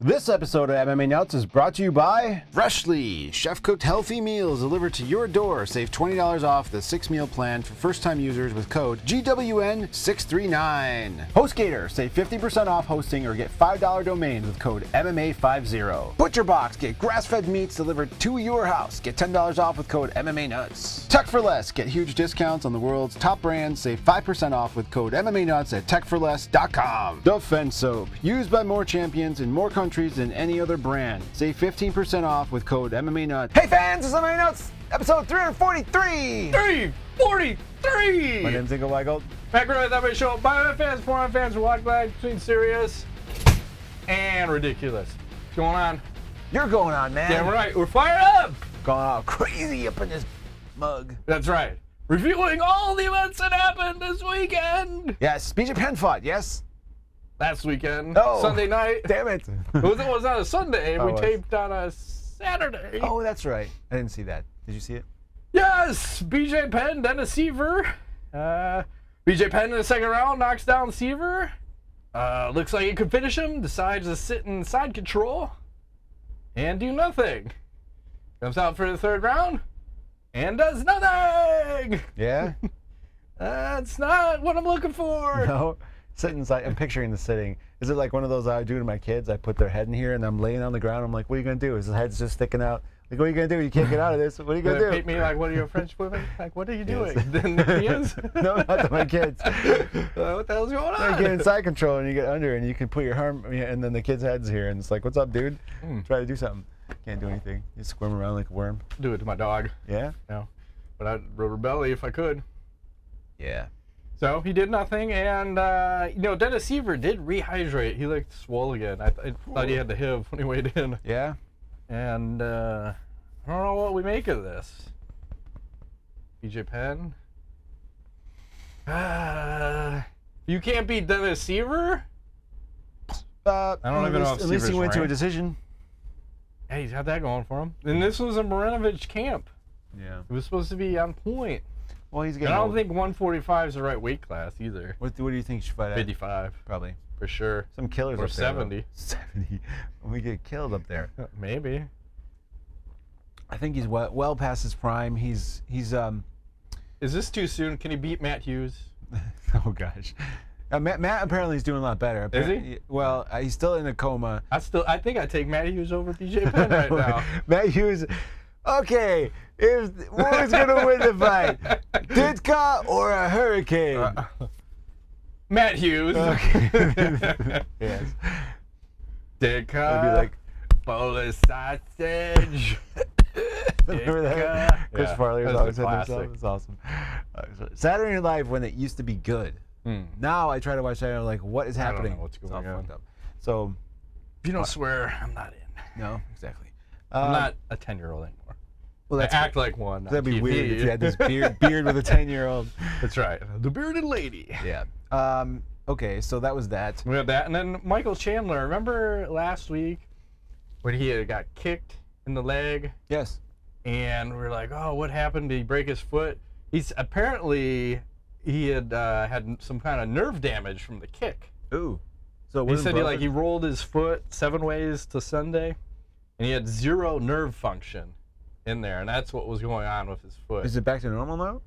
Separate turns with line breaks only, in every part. This episode of MMA Nuts is brought to you by
Freshly, chef cooked healthy meals delivered to your door. Save $20 off the six meal plan for first time users with code GWN639.
HostGator. Save 50% off hosting or get $5 domains with code MMA50.
Butcher Box, get grass fed meats delivered to your house. Get $10 off with code MMA Nuts.
Tech for Less. Get huge discounts on the world's top brands. Save 5% off with code MMA Nuts at techforless.com. Defense Soap. Used by more champions in more countries than any other brand. Save 15% off with code MMA Nuts.
Hey fans, it's MMA Nuts, episode 343.
343!
My name's Ingo Weigold.
Back right at that way show. By fans, foreign fans, we're walking by between serious and ridiculous. What's going on?
You're going on, man.
Damn right, we're fired up!
Going all crazy up in this mug.
That's right. Reviewing all the events that happened this weekend!
Yes, BJ Penn fought, yes?
Last weekend.
No.
Sunday night. It
Damn it.
was, it was not a Sunday.
Oh, it
We
was.
taped on a Saturday.
oh, that's right. I didn't see that. Did you see it?
Yes! BJ Penn, then a Seaver. Uh, BJ Penn in the second round knocks down Seaver. Uh, looks like he could finish him. Decides to sit in side control and do nothing. Comes out for the third round and does nothing.
Yeah?
That's not what I'm looking for.
no? Sitting inside, I'm picturing the sitting. Is it like one of those I do to my kids? I put their head in here and I'm laying on the ground. I'm like, what are you going to do? His head's just sticking out. Like, what are you going to do? You can't get out of this. What are you
They
going to do?
Hit me like, what are your French women? Like, what are you
Yes.
doing? Then there he is.
no, not to my kids. You
Uh, what the hell's going on?
get inside control and you get under and you can put your arm and then the kid's head's here and it's like, what's up, dude?
Hmm.
Try to do something. Can't do anything. You squirm around like a worm.
Do it to my dog.
Yeah.
No, but I'd rubber belly if I could.
Yeah.
So he did nothing, and uh, you know Dennis Seaver did rehydrate. He looked swole again. I, th- I thought he had the HIV when he weighed in,
Yeah.
and uh, I don't know what we make of this. BJ Penn, uh, you can't beat Dennis Seaver.
Uh,
I don't even know
at least-
if
At least he
Seaver's
went to a
ranked.
decision.
Hey, he's got that going for him. And this was a Marinovich camp.
Yeah.
It was supposed to be on point.
Well, he's
And
getting.
I don't
old.
think 145 is the right weight class either.
What, what do you think he should fight at?
55
Probably.
for sure,
Some killers
or
up there, though.
70,
70. We get killed up there.
maybe.
I think he's well, well past his prime. He's he's um.
Is this too soon? Can he beat Matt Hughes?
Oh gosh. Uh, Matt, Matt apparently is doing a lot better.
Is he?
Apparently- Well, uh, he's still in a coma.
I still, I think I take Matt Hughes over BJ Penn right now.
Matt Hughes. Okay, if who's gonna win the fight, Ditka or a hurricane?
Uh, Matt Hughes.
Okay. yes.
Ditka.
I'd be like,
Polish sausage.
remember
Ditka.
that? Chris
Yeah,
Farley was always
that's a
said himself.
classic.
It's awesome. Uh, so- Saturday Night Live when it used to be good.
Mm.
Now I try to watch Saturday. Night Live, like, what is
don't know
happening?
what's
It's all
going on.
fucked up. So
If you don't swear, I'm not in.
no, exactly.
I'm
Um,
not a ten-year-old anymore.
Well,
I
that's
act like one.
That'd
on
be
TV.
weird if you had this beard beard with a ten year old.
That's right. The bearded lady.
Yeah. Um. Okay. So that was that.
We had that, and then Michael Chandler. Remember last week when he had got kicked in the leg?
Yes.
and we are like, "Oh, what happened? Did he break his foot?" He's apparently he had uh, had some kind of nerve damage from the kick.
Ooh. So it
He
wasn't
said he like he
broken?
rolled his foot seven ways to Sunday, and he had zero nerve function in there, and that's what was going on with his foot.
Is it back to normal now?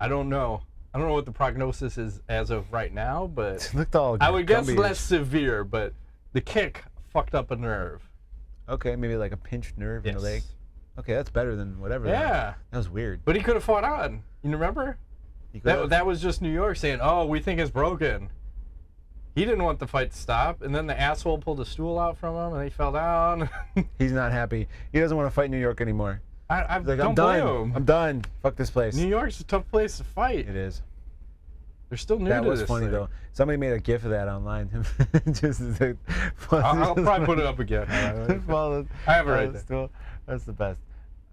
I don't know. I don't know what the prognosis is as of right now, but
It looked all.
I would guess
gumby.
less severe. But the kick fucked up a nerve.
Okay, maybe like a pinched nerve in the leg.
Yes.
Okay, that's better than whatever. then.
Yeah,
That was weird.
but he could have fought on. You remember?
You could
That, that was just New York saying, "Oh, we think it's broken." He didn't want the fight to stop, and then the asshole pulled a stool out from him, and he fell down.
He's not happy. He doesn't want to fight New York anymore.
I, I
He's like,
don't
I'm done.
blame him.
I'm done. Fuck this place.
New York's a tough place to fight.
it is.
They're still new
That
to
was
this
funny
thing.
though. Somebody made a gif of that online. Just the-
I'll, I'll probably put it up again. Uh,
Well,
I have it right
Oh,
there.
still- that's the best.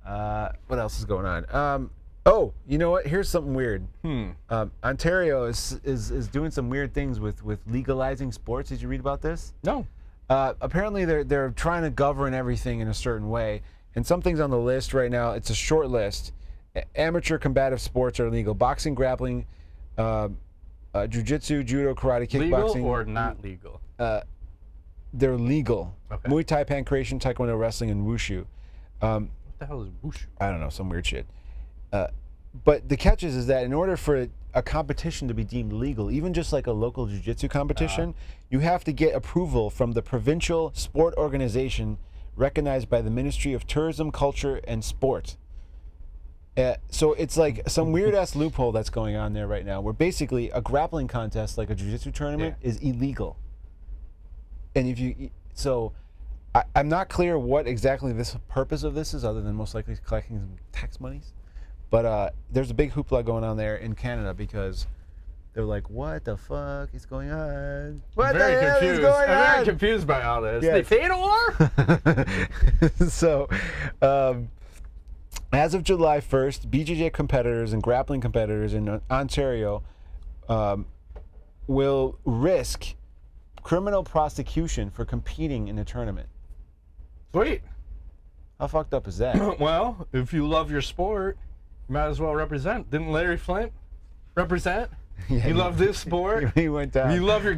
Uh, what else is going on? Um, oh, you know what? Here's something weird.
Hmm.
Um, Ontario is, is is doing some weird things with with legalizing sports. Did you read about this?
No.
Uh, apparently, they're they're trying to govern everything in a certain way, and some things on the list right now. It's a short list. A- amateur combative sports are legal: boxing, grappling, um, uh, uh, jujitsu, judo, karate, kickboxing.
Legal or not legal?
uh, they're legal.
Okay.
Muay Thai, Pancration, Taekwondo, Wrestling, and Wushu.
What the hell is wushu?
I don't know, some weird shit. Uh, but the catch is, is that in order for a competition to be deemed legal, even just like a local jiu-jitsu competition, you have to get approval from the provincial sport organization recognized by the Ministry of Tourism, Culture, and Sport. Uh, so it's like some weird ass loophole that's going on there right now, where basically a grappling contest, like a jiu-jitsu tournament, is illegal. And if you so, I, I'm not clear what exactly this purpose of this is, other than most likely collecting some tax monies. But uh, there's a big hoopla going on there in Canada because they're like, "What the fuck is going on? What
I'm very
the hell is
confused.
going
I'm very
on?"
confused by all this.
Yes.
They fatal war?
so, um, as of July 1st, BJJ competitors and grappling competitors in O- Ontario um, will risk criminal prosecution for competing in the tournament.
Sweet.
How fucked up is that?
Well, if you love your sport, you might as well represent. Didn't Larry Flint represent?
Yeah,
you
he-
love this sport.
he went down.
you love your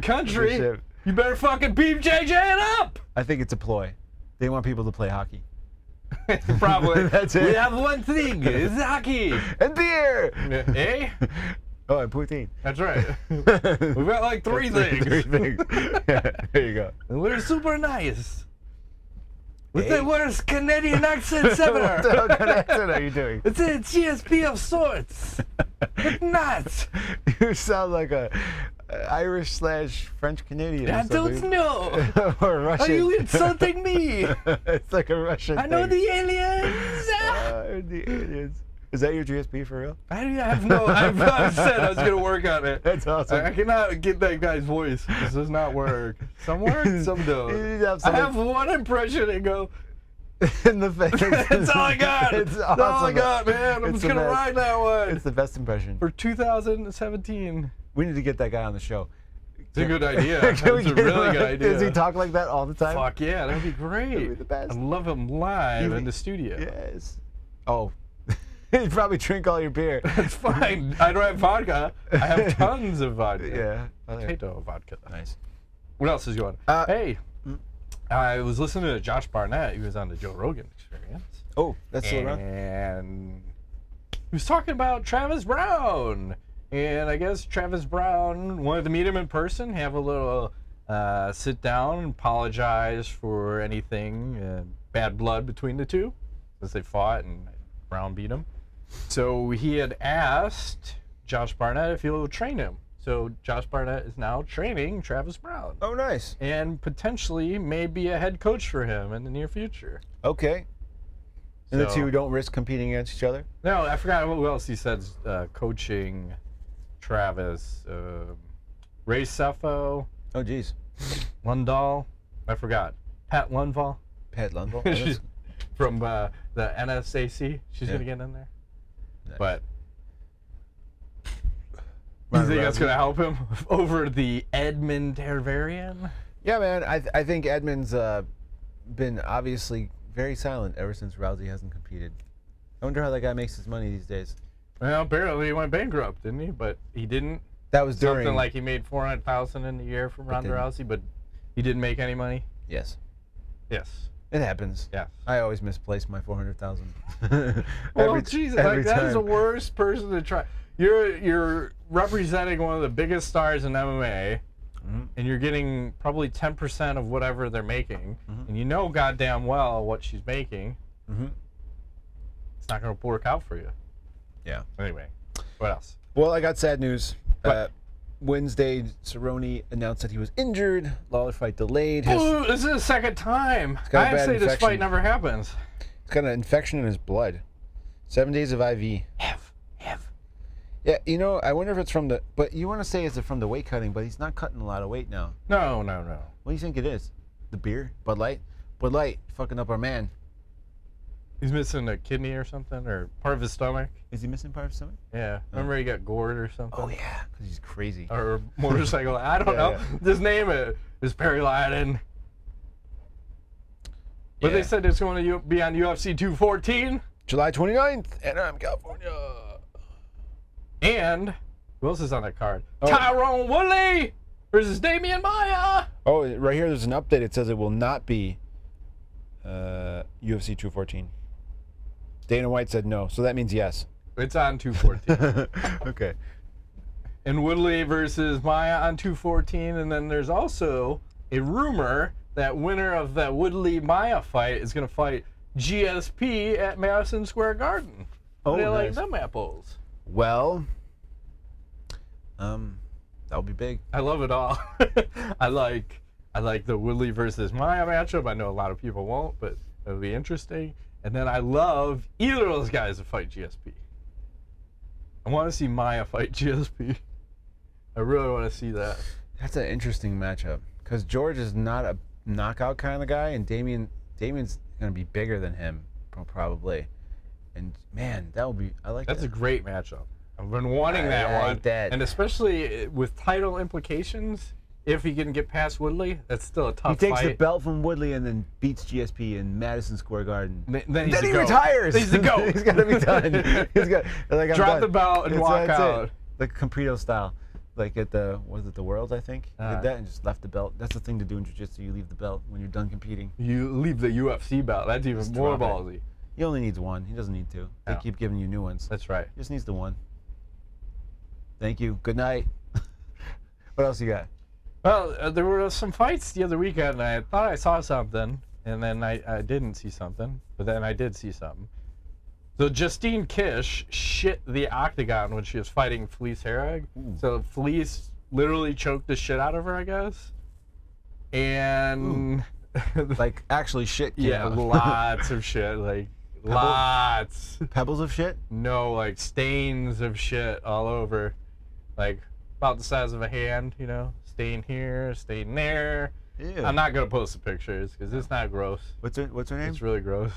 country.
Shit.
You better fucking beef JJ it up.
I think it's a ploy. They want people to play hockey.
Probably.
That's it.
We have one thing. It's hockey.
And beer!
eh?
Oh, and poutine.
That's right.
Three
We've got like three things.
things. Yeah, there you go.
And we're super nice. With
Eh?
the worst Canadian accent
What the
ever.
hell kind of accent are you doing?
It's a GSP of sorts. But not.
You sound like a a Irish slash French Canadian. or
I don't
something.
know.
or
Are
Russian.
you insulting me?
it's like a Russian.
I know
thing.
the aliens. Ah!
Uh, the aliens. Is that your GSP for real?
I have no. I've, I've said I was gonna work on it.
That's awesome.
I, I cannot get that guy's voice. This does not work. Some work, some
You
don't.
need to have
I have
someone
one impression and go.
in the face.
That's all I got.
It's
That's all I
awesome.
got, man. I'm
It's
just
the
gonna
best.
ride that one
It's the best impression.
for 2017.
We need to get that guy on the show.
It's a good idea.
Can
It's
we
a
get him
really
on-
good idea.
Does he talk like that all the time?
Fuck yeah, that'd be great.
be the best.
I love him live
He'd
in
be-
the studio.
Yes. Oh. He'd probably drink all your beer.
It's fine. I don't have vodka. I have tons of vodka.
yeah.
Potato vodka.
Nice.
What else is going on?
Uh,
hey, I was listening to Josh Barnett. He was on the Joe Rogan Experience,
Oh, that's still around.
and he was talking about Travis Brown. And I guess Travis Brown wanted to meet him in person, have a little uh, sit down, apologize for anything uh, bad blood between the two, since they fought and Brown beat him. So he had asked Josh Barnett if he'll train him. So Josh Barnett is now training Travis Brown
Oh, nice.
and potentially may be a head coach for him in the near future.
Okay. And the
So-
two don't risk competing against each other.
No, I forgot who else he said uh, coaching Travis, um Ray Cepho,
Oh, geez.
Lundahl. I forgot. Pat Lundvall
Pat Lundvall.
She's- from uh, the NSAC. She's going to get in there. But you think that's going to help him over the Edmund Tervarian?
yeah, man. I, th- I think Edmund's uh, been obviously very silent ever since Rousey hasn't competed. I wonder how that guy makes his money these days.
Well, apparently he went bankrupt, didn't he? But he didn't.
That was during.
Something like he made 400000 in the year from Ronda
then-
Rousey, but he didn't make any money.
Yes.
Yes.
It happens.
Yes.
I always misplace my 400,000.
Well,
Every-
Jesus,
every
like, that is the
time.
worst person to try. You're you're representing one of the biggest stars in MMA,
Mm-hmm,
and you're getting probably ten percent of whatever they're making,
Mm-hmm.
and you know goddamn well what she's making.
Mhm.
It's not going to work out for you.
Yeah.
Anyway, what else?
Well, I got sad news.
What?
Uh, Wednesday, Cerrone announced that he was injured. Lawler fight delayed. His,
Ooh, this is the second time.
got a
I
bad
say this
infection.
fight never happens.
he's got an infection in his blood. Seven days of IV.
Have, have.
Yeah, you know, I wonder if it's from the. But you want to say is it from the weight cutting? But he's not cutting a lot of weight now.
No, no, no.
What do you think it is? The beer, Bud Light, Bud Light, fucking up our man.
He's missing a kidney or something, or part of his stomach.
Is he missing part of something?
Yeah. Remember he got gored or something?
Oh yeah, because he's crazy.
Or motorcycle. I don't know.
Yeah,
Just name it. It's Perry Lydon. But
Yeah.
they said it's going to U- be on UFC 214.
July 29th, and I'm California. Oh.
And who else is on that card? Tyrone Woodley versus Damian Maya.
Oh, it- right here, there's an update. It says it will not be uh, UFC 214. Dana White said no, so that means yes.
It's on 214.
okay.
and Woodley versus Maya on 214. And then there's also a rumor that winner of that Woodley Maya fight is going to fight GSP at Madison Square Garden.
Oh,
they like
nice.
them apples.
Well, um, that'll be big.
I love it all. I like I like the Woodley versus Maya matchup. I know a lot of people won't, but it'll be interesting. And then I love either of those guys to fight GSP. I want to see Maya fight GSP. I really want to see that.
That's an interesting matchup because George is not a knockout kind of guy, and Damien Damien's gonna be bigger than him pro- probably. And man, that would be I like
That's a
that.
great matchup. I've been wanting
I
that
like
one.
that.
And especially uh, with title implications, if he can get past Woodley, that's still a tough
he takes the
fight.
belt from Woodley and then beats GSP in Madison Square Garden.
Th- then he's
then
a
he
goat.
retires.
He's the goat.
He's gotta be done. He's got like I'm
Drop
done.
the belt and
That's-
walk
that's it.
out.
like Comprito style. Like at the was it the Worlds I think He
Uh.
did that and just left the belt. That's the thing to do in jiu-jitsu. You leave the belt when you're done competing.
You leave the UFC belt. That's even more
drop
ballsy.
He only needs one. He doesn't need two. They
Yeah.
keep giving you new ones.
That's right.
Just needs the one. Thank you. Good night. what else you got?
Well, uh, there were some fights the other weekend, and I thought I saw something, and then I, I didn't see something, but then I did see something. So Justine Kish shit the octagon when she was fighting Felice Herrig. So Felice literally choked the shit out of her, I guess. And
Like actually shit. came
yeah,
out.
lots of shit, like lots.
Pebbles of shit.
No, like stains of shit all over, like about the size of a hand, you know, stain here, stain there.
Ew.
I'm not gonna post the pictures because it's not gross.
What's her What's her name?
It's really gross.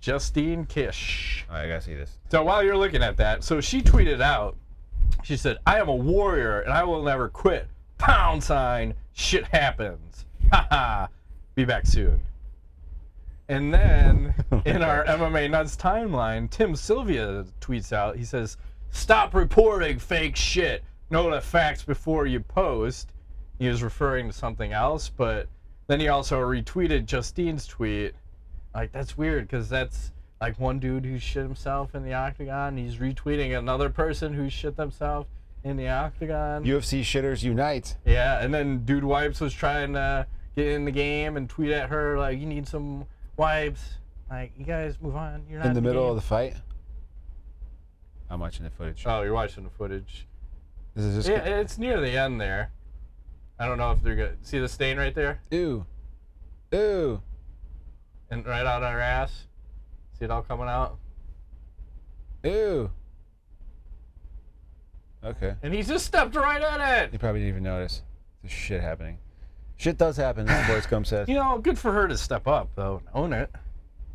Justine Kish.
All right, I gotta see this.
So while you're looking at that, so she tweeted out, she said, "I am a warrior and I will never quit." Pound sign. Shit happens. Ha ha. Be back soon. And then in our MMA Nuts timeline, Tim Sylvia tweets out, he says, Stop reporting fake shit. Know the facts before you post. He was referring to something else, but then he also retweeted Justine's tweet. Like, that's weird because that's like one dude who shit himself in the octagon. He's retweeting another person who shit themselves in the octagon.
UFC shitters unite.
Yeah, and then Dude Wipes was trying to get in the game and tweet at her like, "You need some wipes." Like, you guys move on. You're not
in the middle of
game."
the fight. I'm watching the footage.
Oh, you're watching the footage.
This is just
Yeah, it's near the end there. I don't know if they're good. See the stain right there,
ooh, ooh.
and right out on her ass. See it all coming out.
Ew. Okay.
And he just stepped right at
You
it.
probably didn't even notice. There's shit happening. Shit does happen, as Boris Gum says.
You know, good for her to step up though, and own it.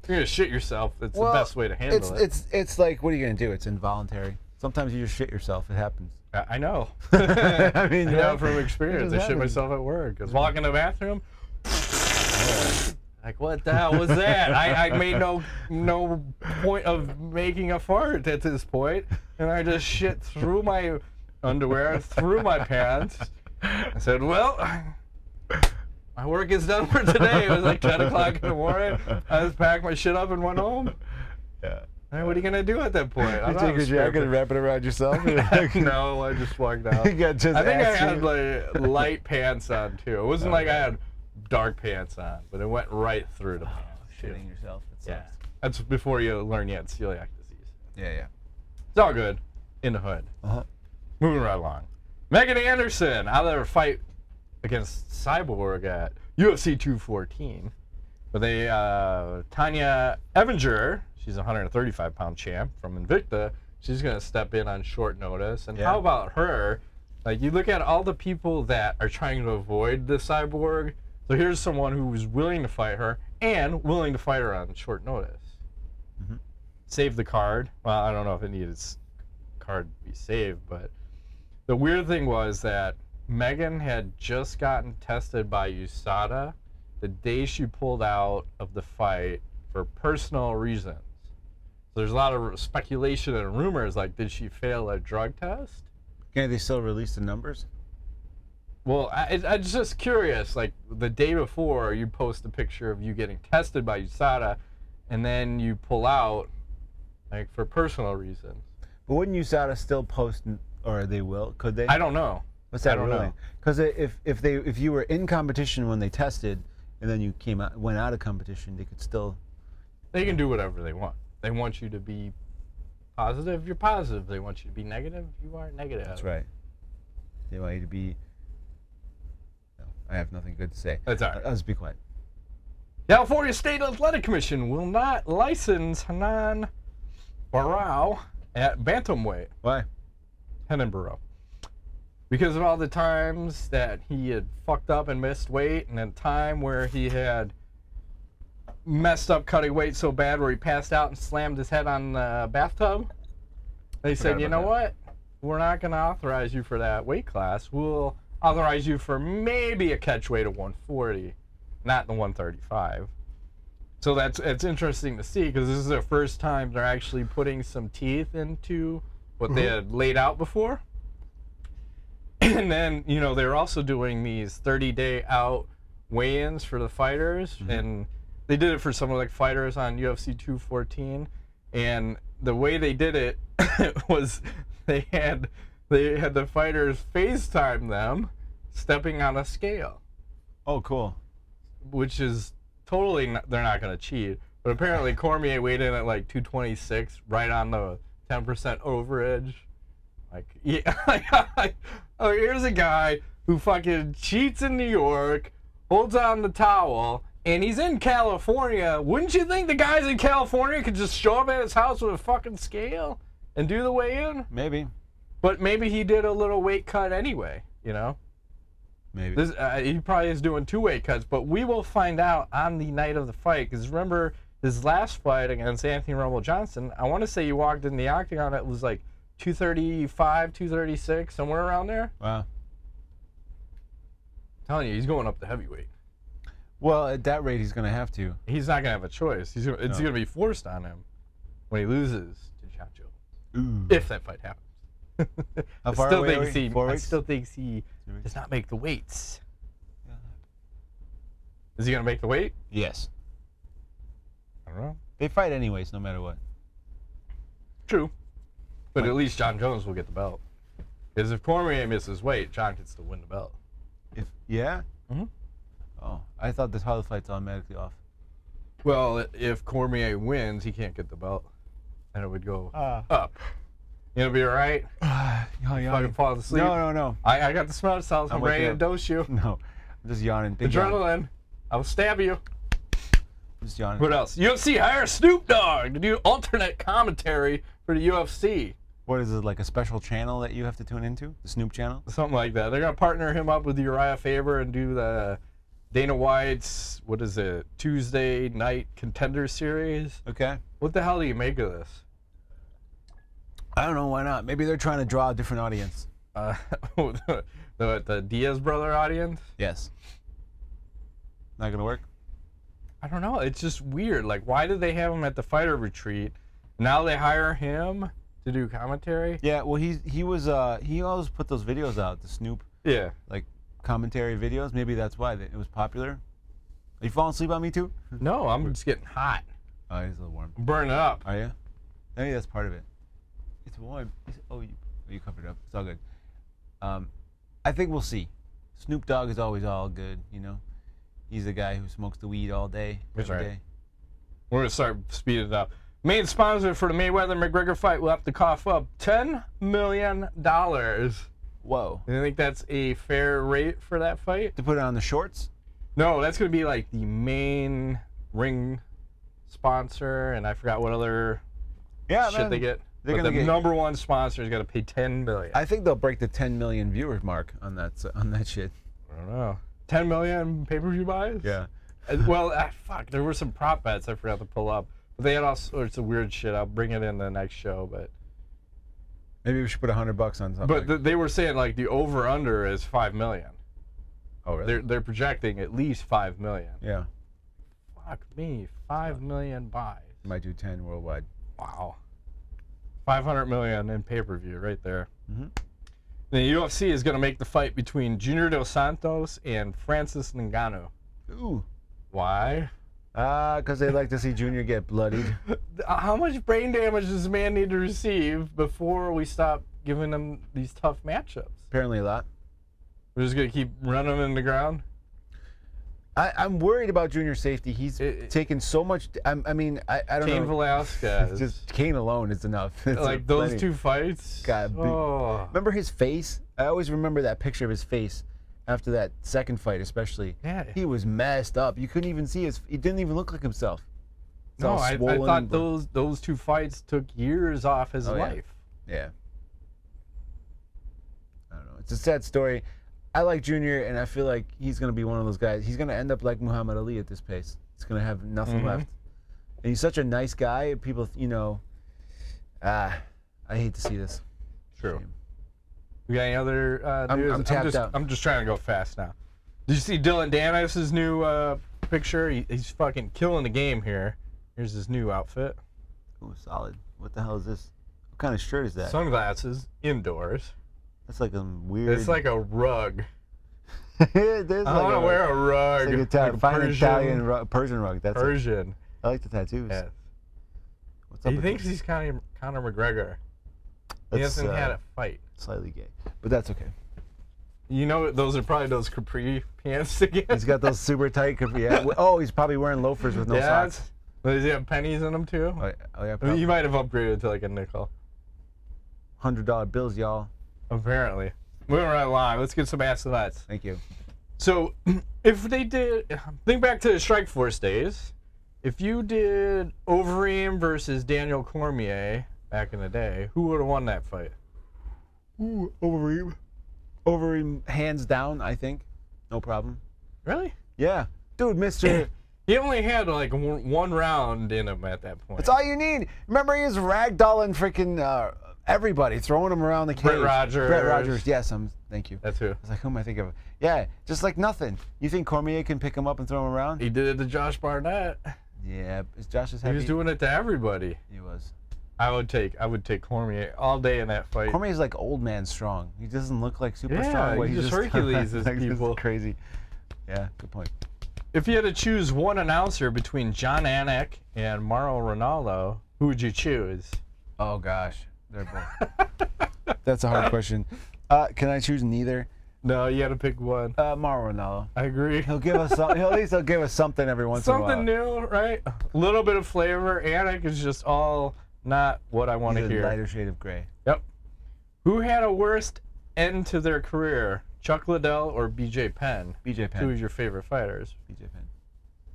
If You're gonna shit yourself. It's
Well,
the best way to handle
It's
it.
it's it's like what are you gonna do? It's involuntary. Sometimes you just shit yourself. It happens.
I I know.
I mean,
I
yeah.
know from experience. I
It just
shit
happens.
myself at work. I was walking to the bathroom. Like what the hell was that? I, I made no no point of making a fart at this point, and I just shit through my underwear, through my pants. I said, "Well, my work is done for today." It was like ten o'clock in the morning. I just packed my shit up and went home.
Yeah.
Hey, what are you gonna do at that point? I
You
don't
take
have
your
a spare
jacket and wrap it around yourself. You're like-
no, I just walked out.
You got just
I think I
ass
had
cheek.
like light pants on too. It wasn't like I had dark pants on, but it went right through the pants. too.
Shitting yourself. It
Yeah,
sucks.
that's before you learn you had celiac disease.
Yeah. Yeah.
It's all good. In the hood.
Uh-huh.
Moving right along. Megan Anderson out of her fight against Cyborg at UFC 214. But they, uh, Tanya Evinger, she's a 135 pound champ from Invicta, she's going to step in on short notice. And
Yeah.
how about her? Like, you look at all the people that are trying to avoid the Cyborg. So here's someone who was willing to fight her and willing to fight her on short notice. Save the card. Well, I don't know if it needed s- card to be saved, but the weird thing was that Megan had just gotten tested by USADA the day she pulled out of the fight for personal reasons. So there's a lot of speculation and rumors like, did she fail a drug test?
Can they still release the numbers?
Well, I, I- I'm just curious. Like the day before, you post a picture of you getting tested by USADA, and then you pull out, like for personal reasons.
But wouldn't USADA still post, or they will? Could they?
I don't know.
What's that
I don't know.
Because if if they if you were in competition when they tested, and then you came out went out of competition, they could still.
They can do whatever they want. They want you to be positive. You're positive. They want you to be negative. You are negative.
That's right. They want you to be. No, I have nothing good to say.
That's all right.
I'll just be quiet.
California State Athletic Commission will not license Hanan Barrow at bantamweight.
Why?
Hanan Barrow. Because of all the times that he had fucked up and missed weight, and a time where he had messed up cutting weight so bad where he passed out and slammed his head on the bathtub, they said,
Forgot
you know
about
what? We're not going to authorize you for that weight class. We'll authorize you for maybe a catch weight of 140, not the 135. So that's it's interesting to see because this is their first time they're actually putting some teeth into what they had laid out before. And then you know they're also doing these 30-day out weigh-ins for the fighters, and they did it for some of like fighters on UFC 214. And the way they did it was they had they had the fighters FaceTime them stepping on a scale
Oh, cool.
which is totally not, they're not going to cheat. But apparently Cormier weighed in at like 226, right on the 10% overage. Like, yeah, oh, here's a guy who fucking cheats in New York, holds on the towel, and he's in California. Wouldn't you think the guys in California could just show up at his house with a fucking scale and do the weigh in?
Maybe.
But maybe he did a little weight cut anyway, you know?
Maybe.
This uh, he probably is doing two weight cuts, but we will find out on the night of the fight. Because remember his last fight against Anthony Rumble Johnson. I want to say he walked in the octagon. It was like 235, 236, somewhere around there.
wow.
I'm telling you, he's going up to heavyweight.
Well, at that rate, he's gonna have to.
He's not gonna have a choice. He's gonna, it's
No.
gonna be forced on him when he loses to Chacho,
Ooh.
if that fight happens.
How
I
far
still
away are
thinks
we?
he-
Four
I
weeks?
still think he
Two weeks?
does not make the weights. Is he gonna make the weight?
Yes.
I don't know.
They fight anyways, no matter what.
True. But at least John Jones will get the belt. Because if Cormier misses weight, John can still win the belt.
If yeah.
Mhm.
Oh, I thought the title fight's automatically off.
Well, if Cormier wins, he can't get the belt. And it would go
Ah.
up. You'll be all right.
Oh, yeah.
Fucking falling asleep.
No, no, no,
I, I got the smell cells. I'm,
I'm with
ready
you.
to dose you.
no. I'm just yawning. Big yawn.
Adrenaline. I will stab you.
I'm just yawning.
What else? UFC hire Snoop Dogg to do alternate commentary for the UFC.
What is it like a special channel that you have to tune into? The Snoop channel?
something like that. They're gonna partner him up with Uriah Faber and do the Dana White's what is it Tuesday Night Contender Series.
Okay.
What the hell do you make of this?
I don't know why not. Maybe they're trying to draw a different audience.
Uh, the, the, the Diaz brother audience.
Yes. Not gonna work.
I don't know. It's just weird. Like, why did they have him at the fighter retreat? Now they hire him to do commentary.
Yeah. Well, he he was uh he always put those videos out. The Snoop
Yeah.
like commentary videos. Maybe that's why that it was popular. Are you falling asleep on me too?
No, I'm just getting hot.
Oh, he's a little warm.
I'm burning up.
Are you? Maybe that's part of it. It's warm. It's- oh, you, you covered up. It's all good. Um, I think we'll see. Snoop Dogg is always all good, you know. He's the guy who smokes the weed all day.
That's
every
right.
day.
We're gonna start speeding it up. Main sponsor for the Mayweather McGregor fight will have to cough up ten million dollars.
Whoa.
Do you think that's a fair rate for that fight?
To put it on the shorts?
No, that's going to be like the main ring sponsor, and I forgot what other
Yeah,
shit they get.
they're
but the
gonna get-
number one sponsor is going to pay ten million. I,
I think they'll break the 10 million viewers mark on that s- on that shit.
don't know. Ten million pay-per-view buys. Uh, Well, ah, fuck. There were some prop bets I forgot to pull up, but they had all sorts of weird shit. I'll bring it in the next show, but
Maybe we should put 100 bucks on something.
but th- they were saying like the over/under is five million.
oh, really?
They're they're projecting at least five million.
Yeah.
Fuck me, five million buys.
Might do 10 worldwide.
Wow. 500 million in pay per view right there.
Mhm.
The UFC is going to make the fight between Junior Dos Santos and Francis Ngannou.
Ooh.
Why?
Ah, because they like to see Junior get bloodied.
uh, How much brain damage does a man need to receive before we stop giving him these tough matchups?
Apparently a lot.
We're just going to keep running him in the ground?
I, I'm worried about Junior's safety. He's
It- it-
taken so much. I'm, I mean, I, I don't
Cain
know.
Velasquez.
Just Kane alone is enough. It's
like those
plenty.
two fights.
God, be-
oh.
Remember his face? I always remember that picture of his face after that second fight, especially.
Yeah.
He was messed up. You couldn't even see his. He didn't even look like himself. It's
No,
all
I, I
swollen
thought
and bl-
those those two fights took years off his
Oh, yeah.
life.
Yeah. I don't know. It's a sad story. I like Junior, and I feel like he's gonna be one of those guys. He's gonna end up like Muhammad Ali at this pace. He's gonna have nothing
Mhm.
left. And he's such a nice guy. People, you know, ah, I hate to see this.
True. We got any other uh,
I'm-
news?
I'm tapped
just,
out.
I'm just trying to go fast now. Did you see Dylan Danis' new uh, picture? He, he's fucking killing the game here. Here's his new outfit.
Ooh, solid. What the hell is this? What kind of shirt is that?
Sunglasses, indoors.
That's like a weird.
It's like a rug.
There's like
I want
a-
to wear a rug.
It's like a ta-
a
fine
Persian-
Italian rug, Persian rug. That's it.
Persian.
I like the tattoos.
Yeah.
What's up?
He
with
thinks
this?
he's Conor, Conor McGregor. He
That's,
hasn't
uh,
had a fight.
slightly gay, but that's okay.
You know, those are probably those capri pants again.
He's got those super tight. Capri- yeah. w- Oh, he's probably wearing loafers with no
yeah,
socks.
it's- Does he have pennies in them too?
Oh, yeah, oh, yeah
I mean,
probably.
you might have upgraded to like a nickel.
hundred dollar bills, y'all.
Apparently. Moving right along, let's get some asinets.
Thank you.
So, if they did, think back to the Strike Force days. If you did Overeem versus Daniel Cormier back in the day, who would have won that fight?
Ooh, Overeem. Overeem, hands down, I think, no problem.
Really?
Yeah, dude, Mister.
He only had like one one round in him at that point.
That's all you need. Remember, he was ragdolling freaking uh, everybody, throwing him around the cage.
Brett
Brett
Rogers.
Rogers. Yes, I'm. Thank you.
That's who.
It's like, who am I thinking of? Yeah, just like nothing. You think Cormier can pick him up and throw him around?
He did it to Josh Barnett.
Yeah, is Josh as
He
heavy?
was doing it to everybody.
He was.
I would take I would take Cormier all day in that fight.
Cormier's like old man strong. He doesn't look like super
Yeah,
strong. but
he's just Hercules is
like, this is
people.
crazy. Yeah, good point.
If you had to choose one announcer between John Anik and Mauro Ronaldo, who would you choose?
Oh gosh, they're both. That's a hard question. Uh, can I choose neither?
No, you had to pick one.
Uh, Mauro Ronaldo.
I agree.
He'll give us some, he'll, at least he'll give us something every once in a while.
Something new, right? A little bit of flavor. Anik is just all not what I want
He's
to
a
hear.
lighter shade of gray.
Yep. Who had a worst end to their career, Chuck Liddell or BJ Penn?
BJ
Who
Penn.
was your favorite fighters?
BJ Penn.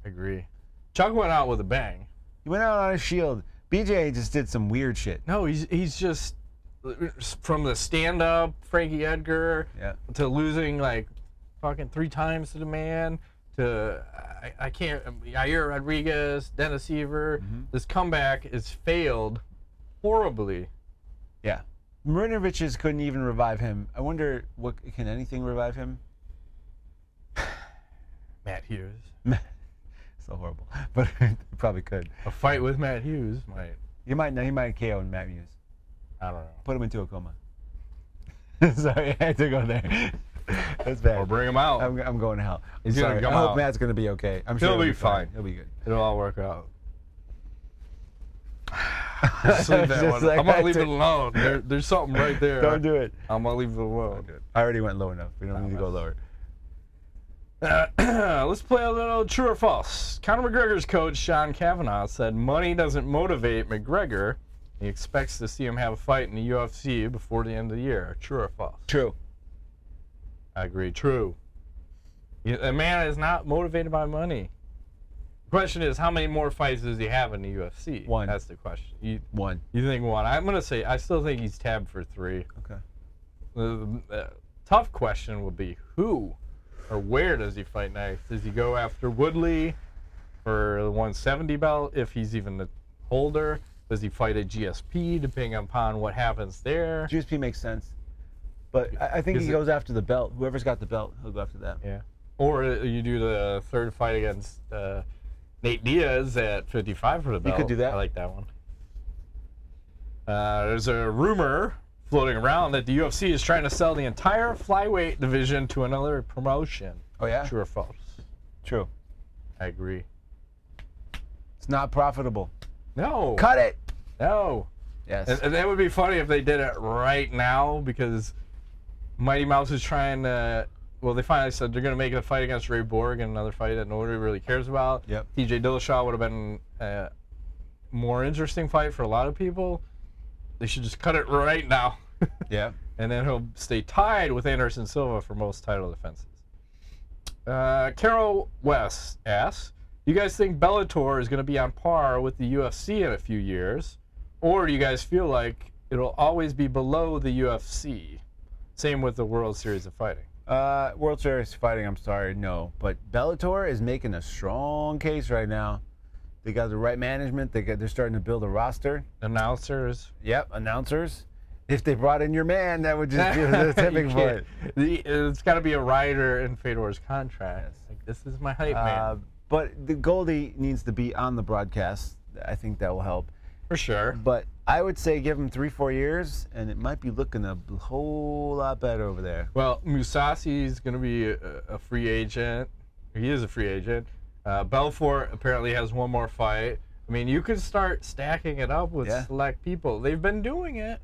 Agree. Chuck went out with a bang.
He went out on a shield. BJ just did some weird shit.
No, he's he's just uh, from the stand up Frankie Edgar
Yeah.
to losing like fucking three times to the man to I, I can't um, Yair Rodriguez, Dennis Seaver. This comeback is failed horribly.
Yeah. Marinovich's couldn't even revive him. I wonder what can anything revive him?
Matt Hughes.
So horrible. But it probably could.
A fight with Matt Hughes might
He might he might KO Matt Muse.
I don't know.
Put him into a coma. Sorry, I had to go there. That's
Or
bad.
bring him out.
I'm, I'm going to hell. I'm
Oh, gonna
sorry.
come
I hope
out.
Matt's gonna be okay. I'm sure
He'll be fine.
He'll be good.
It'll all work out. Just leave that
Just
one.
like
I'm gonna
that
leave it
too.
alone. There, there's something right there.
Don't do it.
I'm gonna leave it alone.
I already went low enough. We don't need to go lower.
Uh, Let's play a little true or false. Conor McGregor's coach, Sean Kavanaugh, said money doesn't motivate McGregor. He expects to see him have a fight in the UFC before the end of the year. True or false?
True.
I agree. True. Y- A man is not motivated by money. The question is, how many more fights does he have in the UFC?
One.
That's the question. You,
One.
you think one? I'm going to say, I still think he's tabbed for three.
Okay.
The uh, tough question would be who or where does he fight next? Does he go after Woodley for the 170 belt if he's even the holder? Does he fight at GSP depending upon what happens there?
GSP makes sense. But I, I think
Is
he
it-
goes after the belt. Whoever's got the belt, he'll go after that.
Yeah. Or uh, you do the third fight against uh, Nate Diaz at 55 for the belt.
could do that.
I like that one. Uh, there's a rumor floating around that the UFC is trying to sell the entire flyweight division to another promotion.
Oh yeah.
True or false?
True.
I agree.
It's not profitable.
No.
Cut it.
No.
Yes.
And, and that would be funny if they did it right now because Mighty Mouse is trying to. Well, they finally said they're going to make a fight against Ray Borg and another fight that nobody really cares about.
Yep.
TJ Dillashaw would have been a more interesting fight for a lot of people. They should just cut it right now.
yeah.
and then he'll stay tied with Anderson Silva for most title defenses. Uh, Carol West asks, "You guys think Bellator is going to be on par with the UFC in a few years, or do you guys feel like it'll always be below the UFC? Same with the World Series of Fighting.
Uh, World Series fighting. I'm sorry, no. But Bellator is making a strong case right now. They got the right management. They got. They're starting to build a roster.
Announcers,
Yep. Announcers. If they brought in your man, that would just be the tipping
You
point.
can't- the- It's got to be a rider in Fedor's contract. Like, this is my hype man
Uh, but the Goldie needs to be on the broadcast. I think that will help.
for sure.
But I would say give him three, four years, and it might be looking a b- whole lot better over there.
Well, Musasi is going to be a, a free agent. He is a free agent. Uh, Belfort apparently has one more fight. I mean, you could start stacking it up with
Yeah.
select people. They've been doing it.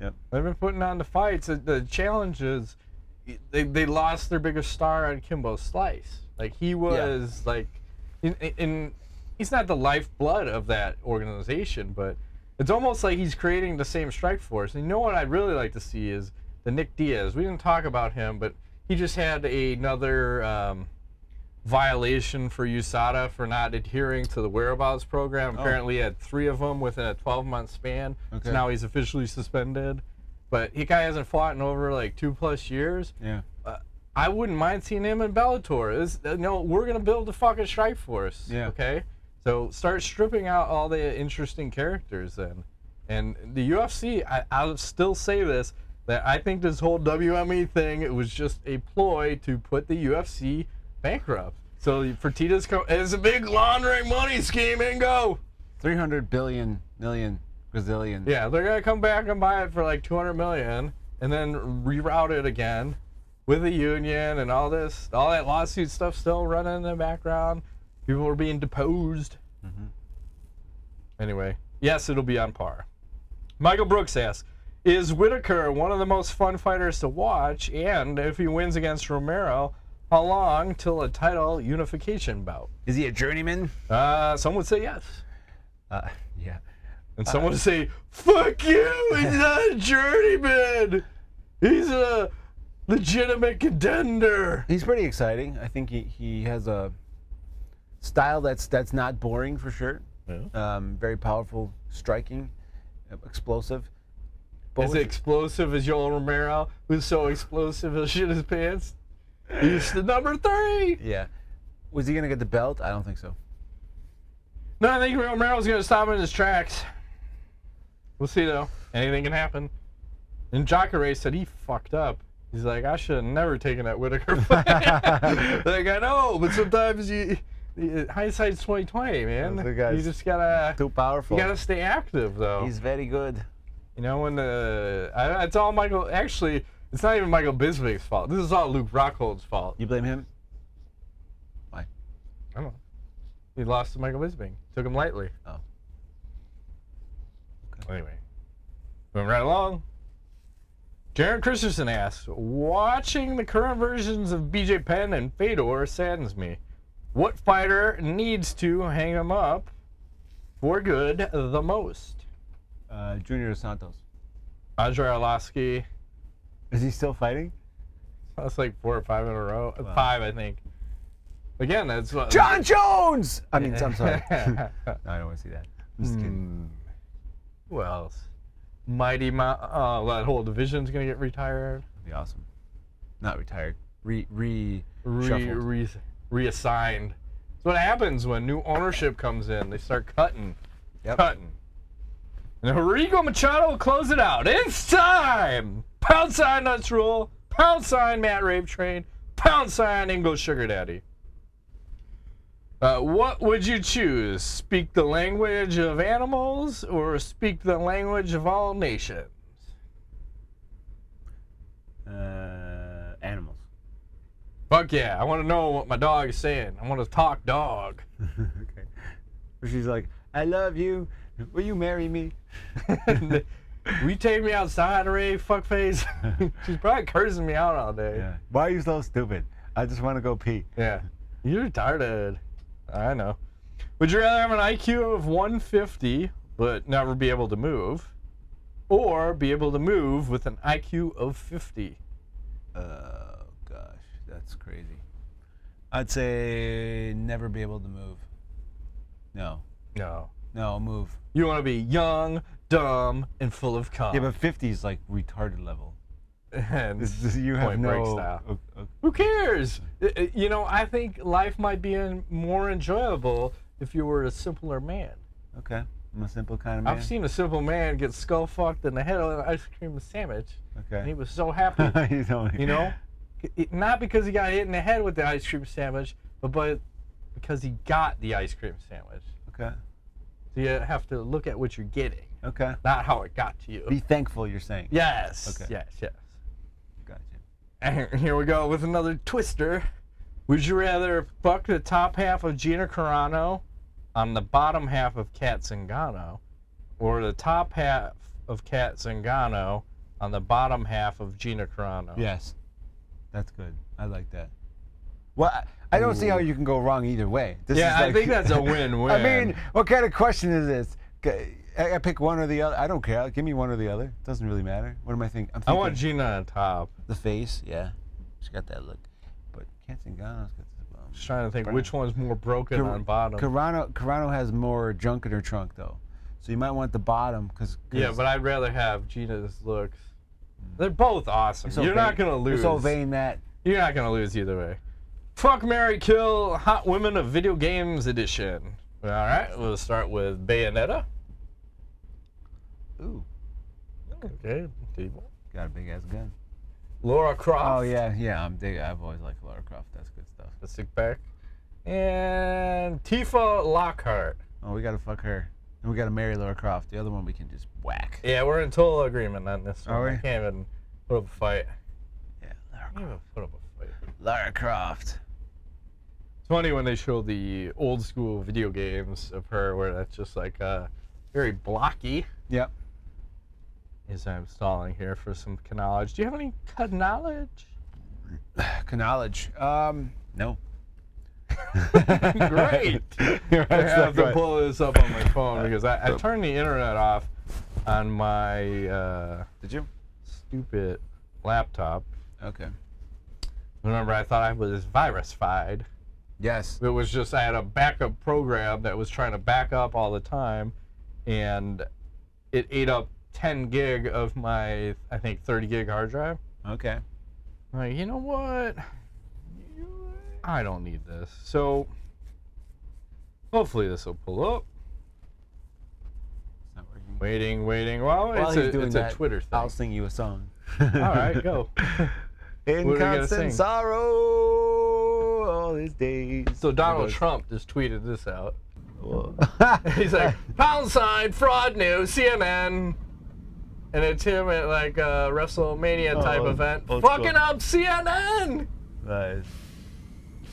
Yep.
They've been putting on the fights. The, the challenge is they, they lost their biggest star on Kimbo Slice. Like, he was, like, in, in, he's not the lifeblood of that organization, but it's almost like he's creating the same strike force. And you know what I'd really like to see is the Nick Diaz. We didn't talk about him, but he just had another um, violation for USADA for not adhering to the whereabouts program. Apparently, he had three of them within a 12 month span.
Okay.
So now he's officially suspended. But he guy hasn't fought in over like two plus years.
Yeah.
I wouldn't mind seeing him in Bellator. This, uh, no, we're gonna build a fucking strike force.
Yeah.
Okay. So start stripping out all the interesting characters then, and the UFC. I, I'll still say this that I think this whole WME thing it was just a ploy to put the UFC bankrupt. So Fertitta's co- is a big laundering money scheme and go.
300 billion, million, Brazilian.
Yeah, they're gonna come back and buy it for like 200 million, and then reroute it again with the union and all this, all that lawsuit stuff still running in the background. People are being deposed. Anyway, yes, it'll be on par. Michael Brooks asks, "Is Whitaker one of the most fun fighters to watch? And if he wins against Romero, how long till a title unification bout?"
Is he a journeyman?
Uh, some would say yes,
Uh, yeah.
and some would say, "Fuck you! He's not a journeyman. He's a legitimate contender."
He's pretty exciting. I think he, he has a style that's that's not boring for sure. Um, very powerful, striking, uh, explosive. But
As
with-
explosive as Joel Romero, who's so explosive he'll shit his pants. He's the number three.
yeah. Was he gonna get the belt? I don't think so.
No, I think Romero's gonna stop him in his tracks. We'll see though. Anything can happen. And Jacare said he fucked up. He's like, I should have never taken that Whitaker fight. like I know, but sometimes you, you hindsight's twenty twenty, man.
The guy's
You just gotta
Too powerful.
you gotta stay active though.
He's very good.
You know, when the I, it's all Michael. Actually, it's not even Michael Bisping's fault. This is all Luke Rockhold's fault.
You blame him?
I don't know. He lost to Michael Bisping. Took him lightly.
Oh.
Anyway, moving right along. Jaron Christensen asks, "Watching the current versions of BJ Penn and Fedor saddens me. What fighter needs to hang him up for good the most?"
Uh, Junior Santos.
Andre Arlovsky.
Is he still fighting?
That's like four or five in a row. Five, I think. Again, that's what.
John Jones! I mean, I'm sorry. No, I don't want to see that. I'm just kidding.
Hmm. Who else? Mighty Mount. Oh, that whole division's gonna get retired.
That'd be awesome. Not retired. Re re
Re,
shuffled.
re, reassigned. That's what happens when new ownership comes in. They start cutting,
Yep.
cutting. And Rodrigo Machado will close it out. It's time. Pound sign nuts rule. Pound sign Matt Rave train. Pound sign Ingo Sugar Daddy. Uh, what would you choose? Speak the language of animals or speak the language of all nations?
Uh,
Fuck yeah. I want to know what my dog is saying. I want to talk dog.
okay. Where she's like, I love you. Will you marry me?
Will you take me outside, Ray? Fuckface. She's probably cursing me out all day.
Yeah. Why are you so stupid? I just want to go pee.
Yeah. You're retarded. I know. Would you rather have an IQ of 150 but never be able to move? Or be able to move with an IQ of 50?
Oh gosh, that's crazy. I'd say never be able to move. No,
No.
no, move.
You want to be young, dumb, and full of cum.
Yeah, but 50 is like retarded level.
and
Um, This is- you have
Point
no.
Break style.
o- o-
who cares? I- I- You know, I think life might be in- more enjoyable if you were a simpler man.
okay, I'm a simple kind of man.
I've seen a simple man get skull fucked in the head on an ice cream sandwich, and he
Okay.
was so happy.
you, don't-
You know, It- it- not because he got hit in the head with the ice cream sandwich, but but because he got the ice cream sandwich.
Okay.
So you have to look at what you're getting,
Okay.
not how it got to you.
Be thankful. You're saying.
yes.
Okay.
Yes. Yes.
Gotcha.
And here we go with another twister. Would you rather fuck the top half of Gina Carano on the bottom half of Kat Zingano or the top half of Kat Zingano on the bottom half of Gina Carano?
Yes. That's good. I like that. Well, I- I don't see how you can go wrong either way. This
Yeah,
is
I
like-
think that's a win-win.
I mean, what kind of question is this? G- I I pick one or the other. I don't care. Give me one or the other. doesn't really matter. What am I thinking? I'm
I
thinking
want Gina on top.
the face. Yeah, she got that look. But Katzengano's got this. Um,
Just trying to think which one's more broken
Car-
on bottom.
Carano Carano has more junk in her trunk though, so you might want the bottom because
yeah, but I'd rather have Gina's looks. They're both awesome. You're not gonna lose.
You're so vain that
You're not gonna lose either way. Fuck Mary Kill Hot Women of Video Games Edition. Alright, we'll start with Bayonetta.
ooh
Okay.
got a big ass gun.
Laura
Oh
Croft.
yeah, yeah. I'm dig- I've always liked Lara Croft. That's good stuff.
The sick pack. And Tifa Lockhart.
Oh, we gotta fuck her, and we gotta marry Lara Croft. The other one we can just whack.
Yeah, we're in total agreement on this one.
Are we?
I can't even put up a fight.
Yeah, Lara,
I can't even put up a fight.
Lara Croft.
It's funny when they show the old school video games of her where that's just like uh, very blocky.
Yep.
As I'm stalling here for some knowledge. Do you have any knowledge?
Knowledge. Um, no.
Great.
You're right,
I have
that's
to
right.
pull this up on my phone because I, I turned the internet off on my uh,
Did you?
stupid laptop.
Okay.
Remember, I thought I was virus-fied.
Yes.
It was just I had a backup program that was trying to back up all the time, and it ate up 10 gig of my I think 30 gig hard drive.
Okay.
I'm like, you know what? I don't need this. So hopefully this will pull up.
It's not working.
Waiting, waiting. Well,
While
it's,
he's
a,
doing
it's
that,
a Twitter thing.
I'll sing you a song.
All right, go.
In
we gonna sing?
constant sorrow all his days.
So Donald
It
Trump just tweeted this out.
goes-
He's like, pound sign, fraud news, CNN. And it's him at like a WrestleMania type
Oh,
event.
old
Fucking
school.
up CNN!
Nice.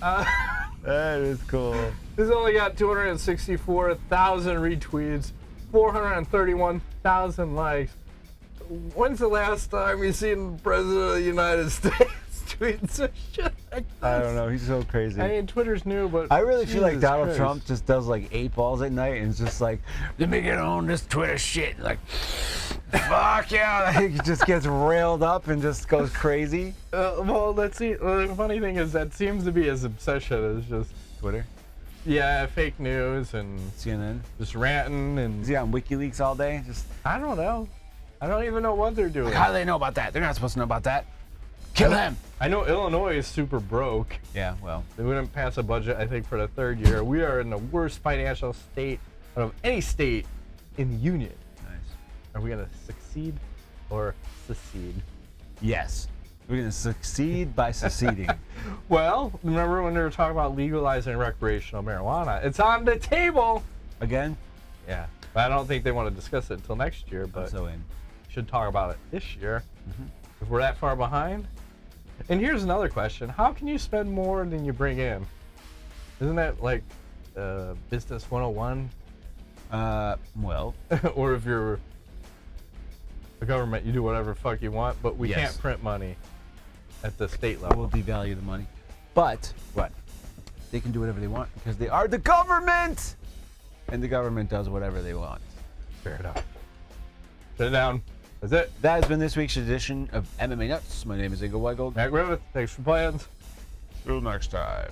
Uh,
That is cool.
this only got 264,000 retweets, 431,000 likes. When's the last time you seen the President of the United States tweet some shit like this?
I don't know. He's so crazy.
I mean, Twitter's new, but
I really feel like
Jesus
Donald
Christ.
Trump just does like eight balls at night and is just like, let me get on this Twitter shit. Like, fuck yeah. Like, he just gets railed up and just goes crazy.
Uh, well, let's see. Well, the funny thing is that seems to be his obsession. Is just
Twitter,
yeah, fake news and
CNN.
just ranting
Is
and
he on WikiLeaks all day? Just,
I don't know. I don't even know what they're doing.
how do they know about that? They're not supposed to know about that. Kill him.
I know Illinois is super broke.
Yeah, well,
They wouldn't pass a budget, I think, for the third year. We are in the worst financial state out of any state in the union.
nice.
Are we gonna succeed or secede?
Yes. We're going to succeed by seceding.
Well, remember when they were talking about legalizing recreational marijuana? It's on the table.
Again,
Yeah. But I don't think they want to discuss it until next year, but
so in. Mm-hmm.
should talk about it this year. If we're that far behind, And here's another question: How can you spend more than you bring in? Isn't that like uh, business 101?
Uh, well,
or if you're the government, you do whatever the fuck you want, but we
Yes.
can't print money at the state
we'll
level.
devalue the money, but
What?
they can do whatever they want because they are the government, and the government does whatever they want.
Fair enough. Shut it down. That's it.
That has been this week's edition of MMA Nuts. My name is Ingo Weigold.
Matt Griffith, thanks for playing.
Till next time.